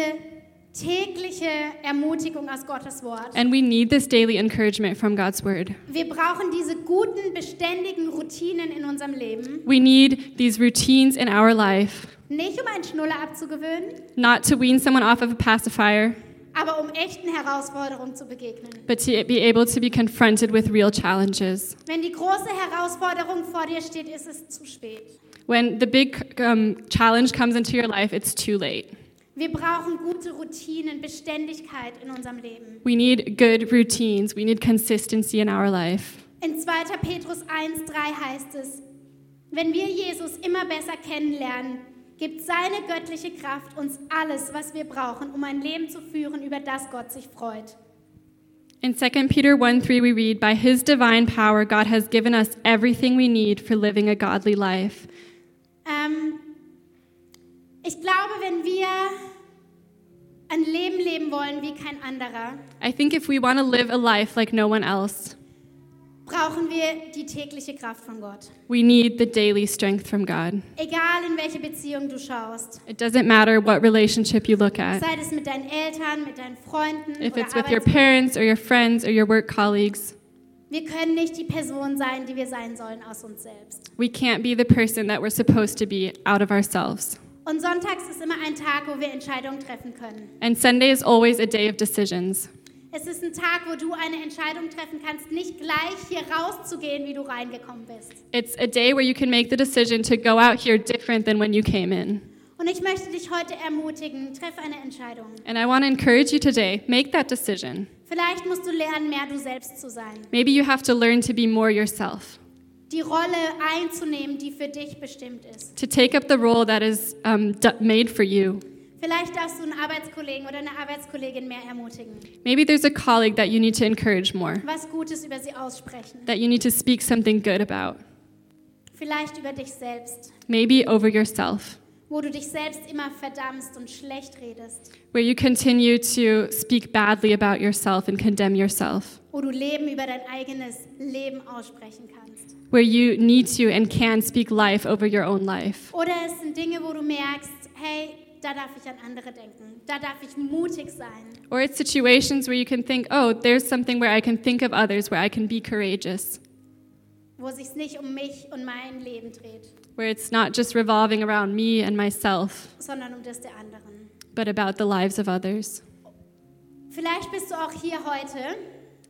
[SPEAKER 1] tägliche Ermutigung aus Gottes Wort.
[SPEAKER 2] And we need this daily encouragement from God's Word.
[SPEAKER 1] Wir brauchen diese guten, beständigen Routinen in unserem Leben.
[SPEAKER 2] We need these routines in our life,
[SPEAKER 1] Nicht um einen Schnuller abzugewöhnen,
[SPEAKER 2] not to wean someone off of a pacifier,
[SPEAKER 1] aber um echten Herausforderungen zu begegnen.
[SPEAKER 2] but to be able to be confronted with real challenges.
[SPEAKER 1] Wenn die große Herausforderung vor dir steht, ist es zu spät.
[SPEAKER 2] When the big um, challenge comes into your life, it's too late.
[SPEAKER 1] Wir brauchen gute Routinen, Beständigkeit in unserem Leben.
[SPEAKER 2] We need good routines. We need consistency in our life.
[SPEAKER 1] In 2. Petrus 1,3 heißt es, wenn wir Jesus immer besser kennenlernen, gibt seine göttliche Kraft uns alles, was wir brauchen, um ein Leben zu führen, über das Gott sich freut.
[SPEAKER 2] In 2 Peter 1 3, we read, By his divine power, God has given us everything we need for living a godly life.
[SPEAKER 1] Ähm, ich glaube, wenn wir ein Leben leben wollen wie kein anderer,
[SPEAKER 2] I think if we want to live a life like no one else,
[SPEAKER 1] brauchen wir die tägliche Kraft von Gott.
[SPEAKER 2] we need the daily strength from God.
[SPEAKER 1] Egal in welche Beziehung du schaust,
[SPEAKER 2] It doesn't matter what relationship you look at,
[SPEAKER 1] sei es mit deinen Eltern, mit deinen Freunden
[SPEAKER 2] Äh, if
[SPEAKER 1] oder
[SPEAKER 2] it's with your
[SPEAKER 1] Arbeits
[SPEAKER 2] parents or your friends or your work colleagues.
[SPEAKER 1] Wir können nicht die Person sein, die wir sein sollen aus uns selbst.
[SPEAKER 2] We can't be the person that we're supposed to be out of ourselves.
[SPEAKER 1] Und sonntags ist immer ein Tag, wo wir Entscheidungen treffen können.
[SPEAKER 2] And Sunday is always a day of decisions.
[SPEAKER 1] Es ist ein Tag, wo du eine Entscheidung treffen kannst, nicht gleich hier rauszugehen, wie du reingekommen bist.
[SPEAKER 2] It's a day where you can make the decision to go out here different than when you came in.
[SPEAKER 1] Und ich möchte dich heute ermutigen, treff eine Entscheidung.
[SPEAKER 2] And I want to encourage you today make that decision.
[SPEAKER 1] Vielleicht musst du lernen, mehr du selbst zu sein.
[SPEAKER 2] Maybe you have to learn to be more yourself,
[SPEAKER 1] Die Rolle einzunehmen, die für dich bestimmt ist.
[SPEAKER 2] to take up the role that is um, d- made for you.
[SPEAKER 1] Vielleicht darfst du einen Arbeitskollegen oder eine Arbeitskollegin mehr ermutigen.
[SPEAKER 2] Maybe there's a colleague that you need to encourage more,
[SPEAKER 1] Was Gutes über sie aussprechen.
[SPEAKER 2] that you need to speak something good about.
[SPEAKER 1] Vielleicht über dich selbst,
[SPEAKER 2] Maybe over yourself,
[SPEAKER 1] wo du dich selbst immer verdammst und schlecht redest.
[SPEAKER 2] where you continue to speak badly about yourself and condemn yourself,
[SPEAKER 1] Wo du Leben über dein eigenes Leben aussprechen kannst.
[SPEAKER 2] where you need to and can speak life over your own life.
[SPEAKER 1] Oder es sind Dinge, wo du merkst, hey, da darf ich an andere denken. Da darf ich mutig sein.
[SPEAKER 2] Or it's situations where you can think, oh, there's something where I can think of others, where I can be courageous,
[SPEAKER 1] Wo es sich nicht um mich und mein Leben dreht,
[SPEAKER 2] where it's not just revolving around me and myself,
[SPEAKER 1] sondern um das der anderen.
[SPEAKER 2] but about the lives of others.
[SPEAKER 1] Vielleicht bist du auch hier heute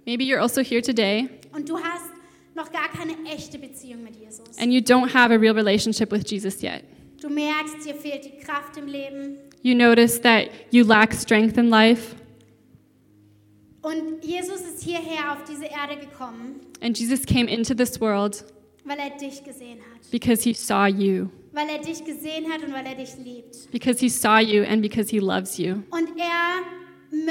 [SPEAKER 2] Maybe you're also here today
[SPEAKER 1] und du hast noch gar keine echte Beziehung mit Jesus.
[SPEAKER 2] and you don't have a real relationship with Jesus yet.
[SPEAKER 1] Du merkst, dir fehlt die Kraft im Leben.
[SPEAKER 2] You notice that you lack strength in life,
[SPEAKER 1] Und Jesus ist hierher auf diese Erde gekommen,
[SPEAKER 2] and Jesus came into this world
[SPEAKER 1] weil er dich gesehen hat.
[SPEAKER 2] because he saw you,
[SPEAKER 1] Weil er dich gesehen hat und weil er dich liebt.
[SPEAKER 2] because he saw you and because he loves you.
[SPEAKER 1] Und er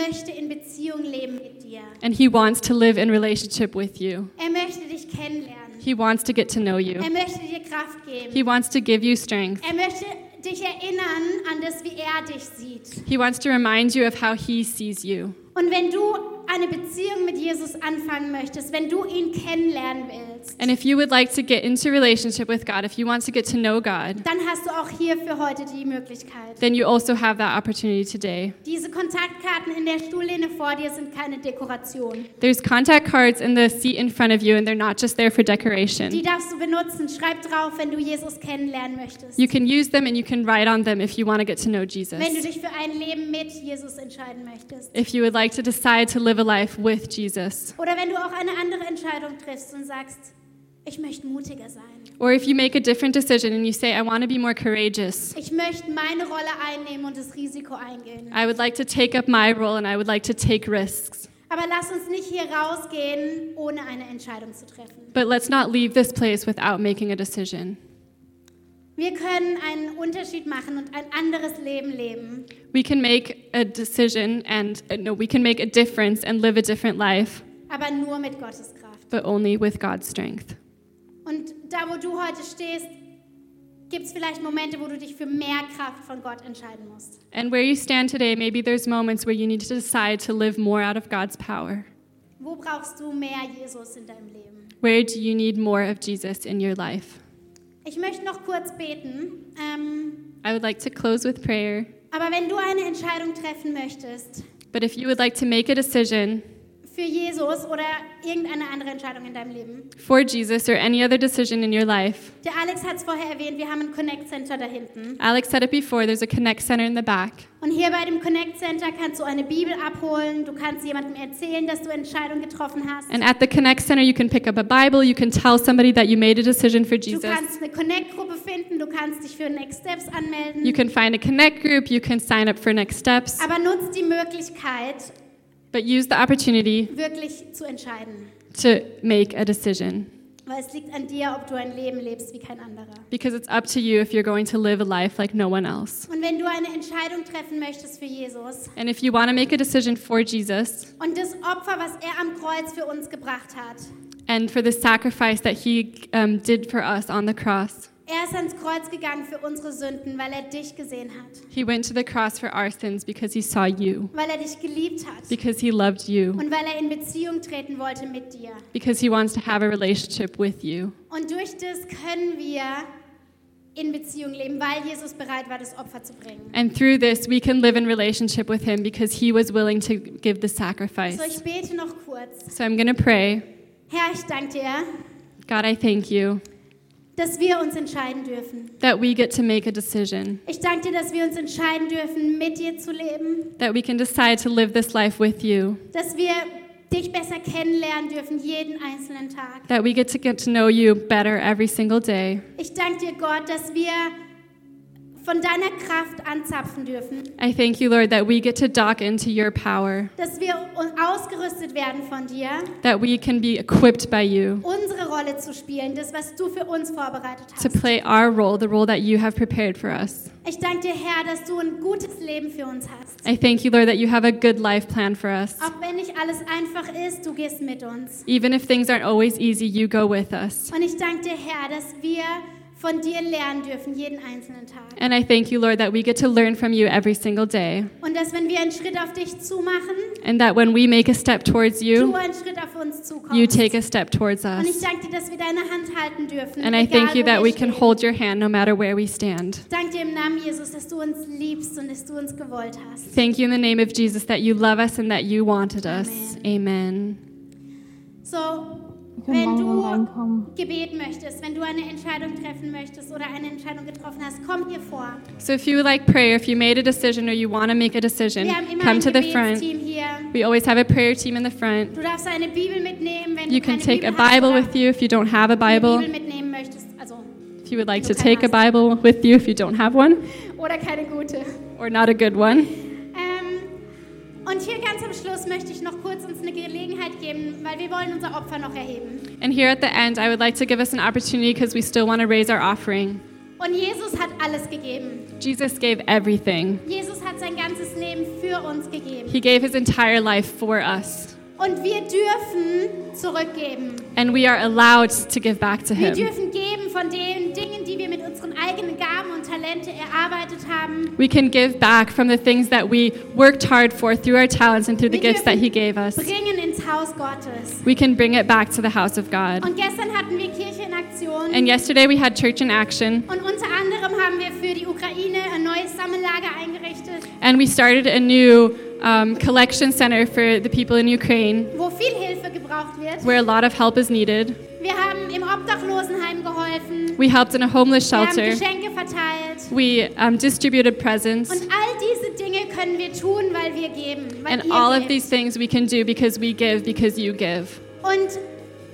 [SPEAKER 1] möchte in Beziehung leben mit dir.
[SPEAKER 2] And he wants to live in relationship with you.
[SPEAKER 1] Er möchte dich kennenlernen.
[SPEAKER 2] He wants to get to know
[SPEAKER 1] Er
[SPEAKER 2] you.
[SPEAKER 1] möchte dir Kraft geben.
[SPEAKER 2] He wants to give you strength.
[SPEAKER 1] Er möchte dich erinnern an das, wie er dich sieht.
[SPEAKER 2] He wants to remind you of how he sees you.
[SPEAKER 1] Und wenn du eine Beziehung mit Jesus anfangen möchtest, wenn du ihn kennenlernen willst,
[SPEAKER 2] And if you would like to get into relationship with God, if you want to get to know God,
[SPEAKER 1] dann hast du auch hier für heute die Möglichkeit.
[SPEAKER 2] then you also have that opportunity today.
[SPEAKER 1] Diese Kontaktkarten in der Stuhllehne vor dir sind keine Dekoration.
[SPEAKER 2] There's contact cards in the seat in front of you, and they're not just there for
[SPEAKER 1] Die
[SPEAKER 2] decoration.
[SPEAKER 1] darfst du benutzen. Schreib drauf, wenn du Jesus kennenlernen möchtest.
[SPEAKER 2] You can use them and you can write on them if you want to get to know
[SPEAKER 1] Wenn du
[SPEAKER 2] Jesus.
[SPEAKER 1] dich für ein Leben mit Jesus entscheiden möchtest.
[SPEAKER 2] If you would like to decide to live a life with Jesus,
[SPEAKER 1] Oder wenn du auch eine andere Entscheidung triffst und sagst, ich möchte mutiger sein.
[SPEAKER 2] or if you make a different decision and you say, I want to be more courageous,
[SPEAKER 1] Ich möchte meine Rolle einnehmen und das Risiko eingehen.
[SPEAKER 2] I would like to take up my role and I would like to take risks.
[SPEAKER 1] Aber lass uns nicht hier rausgehen, ohne eine Entscheidung zu treffen.
[SPEAKER 2] But let's not leave this place without making a decision.
[SPEAKER 1] Wir können einen Unterschied machen und ein anderes Leben leben,
[SPEAKER 2] We can make a decision and uh, no, we can make a difference and live a different life,
[SPEAKER 1] aber nur mit Gottes Kraft.
[SPEAKER 2] but only with God's strength.
[SPEAKER 1] Und da, wo du heute stehst, gibt es vielleicht Momente, wo du dich für mehr Kraft von Gott entscheiden musst.
[SPEAKER 2] And where you stand today, maybe there's moments where you need to decide to live more out of God's power.
[SPEAKER 1] Wo brauchst du mehr Jesus in deinem Leben?
[SPEAKER 2] Where do you need more of Jesus in your life?
[SPEAKER 1] Ich möchte noch kurz beten. Ähm,
[SPEAKER 2] I would like to close with prayer,
[SPEAKER 1] aber wenn du eine Entscheidung treffen möchtest
[SPEAKER 2] but if you would like to make a decision
[SPEAKER 1] für Jesus oder irgendeine andere Entscheidung in deinem Leben,
[SPEAKER 2] for Jesus or any other decision in your life,
[SPEAKER 1] der Alex hat es vorher erwähnt, wir haben ein Connect Center da hinten.
[SPEAKER 2] Alex said it before, there's a Connect Center in the back.
[SPEAKER 1] Und hier bei dem Connect Center kannst du eine Bibel abholen, du kannst jemandem erzählen, dass du Entscheidungen getroffen hast.
[SPEAKER 2] And at the Connect Center, you can pick up a Bible, you can tell somebody that you made a decision for
[SPEAKER 1] Du
[SPEAKER 2] Jesus.
[SPEAKER 1] kannst eine Connect-Gruppe finden, du kannst dich für Next Steps anmelden.
[SPEAKER 2] You can find a Connect group, you can sign up for Next Steps,
[SPEAKER 1] Aber nutz die Möglichkeit,
[SPEAKER 2] but use the opportunity
[SPEAKER 1] wirklich zu entscheiden.
[SPEAKER 2] to make a decision.
[SPEAKER 1] Weil es liegt an dir, ob du ein Leben lebst wie kein anderer.
[SPEAKER 2] Because it's up to you if you're going to live a life like no one else.
[SPEAKER 1] Und wenn du eine Entscheidung treffen möchtest für Jesus
[SPEAKER 2] And if you want to make a decision for Jesus
[SPEAKER 1] und das Opfer, was er am Kreuz für uns gebracht hat,
[SPEAKER 2] and for the sacrifice that he um, did for us on the cross,
[SPEAKER 1] er ist ans Kreuz gegangen für unsere Sünden, weil er dich gesehen hat,
[SPEAKER 2] he went to the cross for our sins because he saw you,
[SPEAKER 1] weil er dich geliebt hat
[SPEAKER 2] because he loved you,
[SPEAKER 1] und weil er in Beziehung treten wollte mit dir.
[SPEAKER 2] because he wants to have a relationship with you.
[SPEAKER 1] Und durch das können wir in Beziehung leben, weil Jesus bereit war, das Opfer zu bringen.
[SPEAKER 2] And through this, we can live in relationship with him because he was willing to give the
[SPEAKER 1] So, ich
[SPEAKER 2] sacrifice.
[SPEAKER 1] bete noch kurz.
[SPEAKER 2] So I'm going to pray.
[SPEAKER 1] Herr, ich danke dir,
[SPEAKER 2] God, I thank you
[SPEAKER 1] dass wir uns entscheiden dürfen.
[SPEAKER 2] that we get to make a decision,
[SPEAKER 1] Ich danke dir, dass wir uns entscheiden dürfen, mit dir zu leben,
[SPEAKER 2] that we can decide to live this life with you,
[SPEAKER 1] dass wir dich besser kennenlernen dürfen, jeden einzelnen Tag.
[SPEAKER 2] that we get to get to know you better every single day.
[SPEAKER 1] Ich danke dir, Gott, dass wir von deiner Kraft anzapfen dürfen,
[SPEAKER 2] I thank you, Lord, that we get to dock into your power,
[SPEAKER 1] dass wir un- ausgerüstet werden von dir,
[SPEAKER 2] that we can be equipped by you
[SPEAKER 1] unsere Rolle zu spielen, das, was du für uns vorbereitet
[SPEAKER 2] to
[SPEAKER 1] hast.
[SPEAKER 2] play our role, the role that you have prepared for us.
[SPEAKER 1] Ich danke dir, Herr, dass du ein gutes Leben für uns hast.
[SPEAKER 2] I thank you, Lord, that you have a good life plan for us.
[SPEAKER 1] Auch wenn nicht alles einfach ist, du gehst mit uns.
[SPEAKER 2] Even if things aren't always easy, you go with us.
[SPEAKER 1] Und ich danke dir, Herr, dass wir von dir lernen dürfen, jeden einzelnen Tag.
[SPEAKER 2] And I thank you, Lord, that we get to learn from you every single day.
[SPEAKER 1] Und dass, wenn wir einen Schritt auf dich zumachen,
[SPEAKER 2] And that when we make a step towards
[SPEAKER 1] du
[SPEAKER 2] you,
[SPEAKER 1] einen Schritt auf uns zukommst.
[SPEAKER 2] you take a step towards
[SPEAKER 1] Und ich
[SPEAKER 2] us.
[SPEAKER 1] danke dir, dass wir deine Hand halten dürfen.
[SPEAKER 2] And I
[SPEAKER 1] egal,
[SPEAKER 2] thank you
[SPEAKER 1] wo
[SPEAKER 2] that
[SPEAKER 1] wir
[SPEAKER 2] we can
[SPEAKER 1] stehen.
[SPEAKER 2] hold your hand no matter where we stand.
[SPEAKER 1] Ich danke dir im Namen Jesus, dass du uns liebst und dass du uns gewollt hast.
[SPEAKER 2] Thank you in the name of Jesus that you love us and that you wanted us. Amen.
[SPEAKER 1] So,
[SPEAKER 3] können
[SPEAKER 1] wenn
[SPEAKER 3] morgen mal
[SPEAKER 1] du
[SPEAKER 3] reinkommen.
[SPEAKER 1] Gebet möchtest, wenn du eine Entscheidung treffen möchtest oder eine Entscheidung getroffen hast, komm hier vor.
[SPEAKER 2] So if you would like prayer, if you made a decision or you want to make a decision,
[SPEAKER 1] Wir haben immer
[SPEAKER 2] come
[SPEAKER 1] ein
[SPEAKER 2] to the front.
[SPEAKER 1] Gebetsteam hier.
[SPEAKER 2] We always have a prayer team in the front.
[SPEAKER 1] Du darfst eine Bibel mitnehmen, wenn
[SPEAKER 2] You
[SPEAKER 1] du
[SPEAKER 2] can
[SPEAKER 1] keine
[SPEAKER 2] take a
[SPEAKER 1] Bibel hast
[SPEAKER 2] Bible
[SPEAKER 1] oder
[SPEAKER 2] with you if you don't have
[SPEAKER 1] eine
[SPEAKER 2] a Bible.
[SPEAKER 1] Bibel mitnehmen möchtest, also
[SPEAKER 2] If you would like to take a Bible with you if you don't have one
[SPEAKER 1] oder keine gute.
[SPEAKER 2] or not a good one.
[SPEAKER 1] Ähm, und hier ganz am Schluss möchte ich noch kurz uns eine Gelegenheit geben, weil wir wollen unser Opfer noch erheben.
[SPEAKER 2] And here at the end, I would like to give us an opportunity because we still want to raise our offering.
[SPEAKER 1] Und Jesus hat alles gegeben.
[SPEAKER 2] Jesus gave everything.
[SPEAKER 1] Jesus hat sein ganzes Leben für uns gegeben.
[SPEAKER 2] He gave his entire life for us,
[SPEAKER 1] Und wir dürfen zurückgeben.
[SPEAKER 2] and we are allowed to give back to
[SPEAKER 1] Wir
[SPEAKER 2] him.
[SPEAKER 1] dürfen geben von den Dingen, die wir mit unseren eigenen Gaben und Talente erarbeitet haben.
[SPEAKER 2] We can give back from the things that we worked hard for through our talents and through the
[SPEAKER 1] Wir
[SPEAKER 2] gifts that
[SPEAKER 1] dürfen
[SPEAKER 2] he gave us.
[SPEAKER 1] Bringen ins Haus Gottes.
[SPEAKER 2] We can bring it back to the house of God.
[SPEAKER 1] Und gestern hatten wir Kirche in Aktion.
[SPEAKER 2] And yesterday we had church in action,
[SPEAKER 1] Und unter anderem haben wir für die Ukraine ein neues Sammellager eingerichtet,
[SPEAKER 2] and we started a new um, collection center for the people in Ukraine
[SPEAKER 1] wo viel Hilfe gebraucht wird.
[SPEAKER 2] where a lot of help is needed.
[SPEAKER 1] Wir haben im Obdachlosenheim geholfen.
[SPEAKER 2] We helped in a homeless
[SPEAKER 1] Wir haben
[SPEAKER 2] shelter.
[SPEAKER 1] Geschenke verteilt.
[SPEAKER 2] We um, distributed presents.
[SPEAKER 1] Und all diese Dinge können wir tun, weil wir geben. Weil
[SPEAKER 2] And
[SPEAKER 1] ihr
[SPEAKER 2] all of
[SPEAKER 1] gebt.
[SPEAKER 2] these things we can do because we give, because you give.
[SPEAKER 1] Und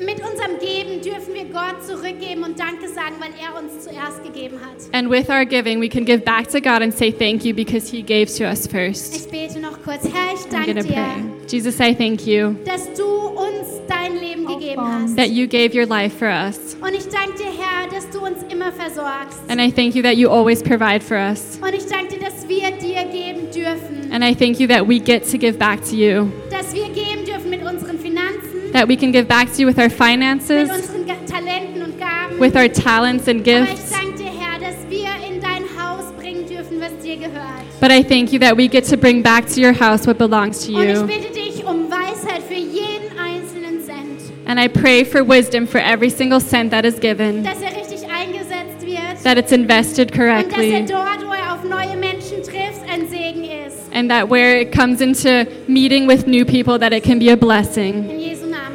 [SPEAKER 1] mit unserem Geben dürfen wir Gott zurückgeben und Danke sagen, weil er uns zuerst gegeben hat.
[SPEAKER 2] And with our giving, we can give back to God and say thank you because He gave to us first.
[SPEAKER 1] Ich bete noch kurz. Herr, ich
[SPEAKER 2] I'm
[SPEAKER 1] danke
[SPEAKER 2] going to
[SPEAKER 1] dir,
[SPEAKER 2] pray. Jesus, I thank you
[SPEAKER 1] dass du uns dein Leben gegeben hast.
[SPEAKER 2] that you gave your life for us.
[SPEAKER 1] Und ich danke dir, Herr, dass du uns immer versorgst.
[SPEAKER 2] And I thank you that you always provide for us.
[SPEAKER 1] Und ich danke dir, dass wir dir geben dürfen.
[SPEAKER 2] And I thank you that we get to give back to you,
[SPEAKER 1] Dass wir geben dürfen mit unseren Finanzen,
[SPEAKER 2] that we can give back to you with our
[SPEAKER 1] mit
[SPEAKER 2] finances,
[SPEAKER 1] unseren Ga- Talenten und Gaben.
[SPEAKER 2] with our talents and
[SPEAKER 1] Aber ich
[SPEAKER 2] gifts.
[SPEAKER 1] danke dir, Herr, dass wir in dein Haus bringen dürfen, was dir gehört.
[SPEAKER 2] But I thank you that we get to bring back to your house what belongs to
[SPEAKER 1] Und ich
[SPEAKER 2] you.
[SPEAKER 1] bitte dich um Weisheit für jeden einzelnen Cent,
[SPEAKER 2] And I pray for wisdom for every single cent that is given,
[SPEAKER 1] dass er richtig eingesetzt wird
[SPEAKER 2] that it's
[SPEAKER 1] und
[SPEAKER 2] invested
[SPEAKER 1] dass er
[SPEAKER 2] correctly.
[SPEAKER 1] dort, wo er auf neue Menschen trifft, ein Segen ist.
[SPEAKER 2] and that where it comes into meeting with new people that it can be a blessing
[SPEAKER 1] In Jesu Namen.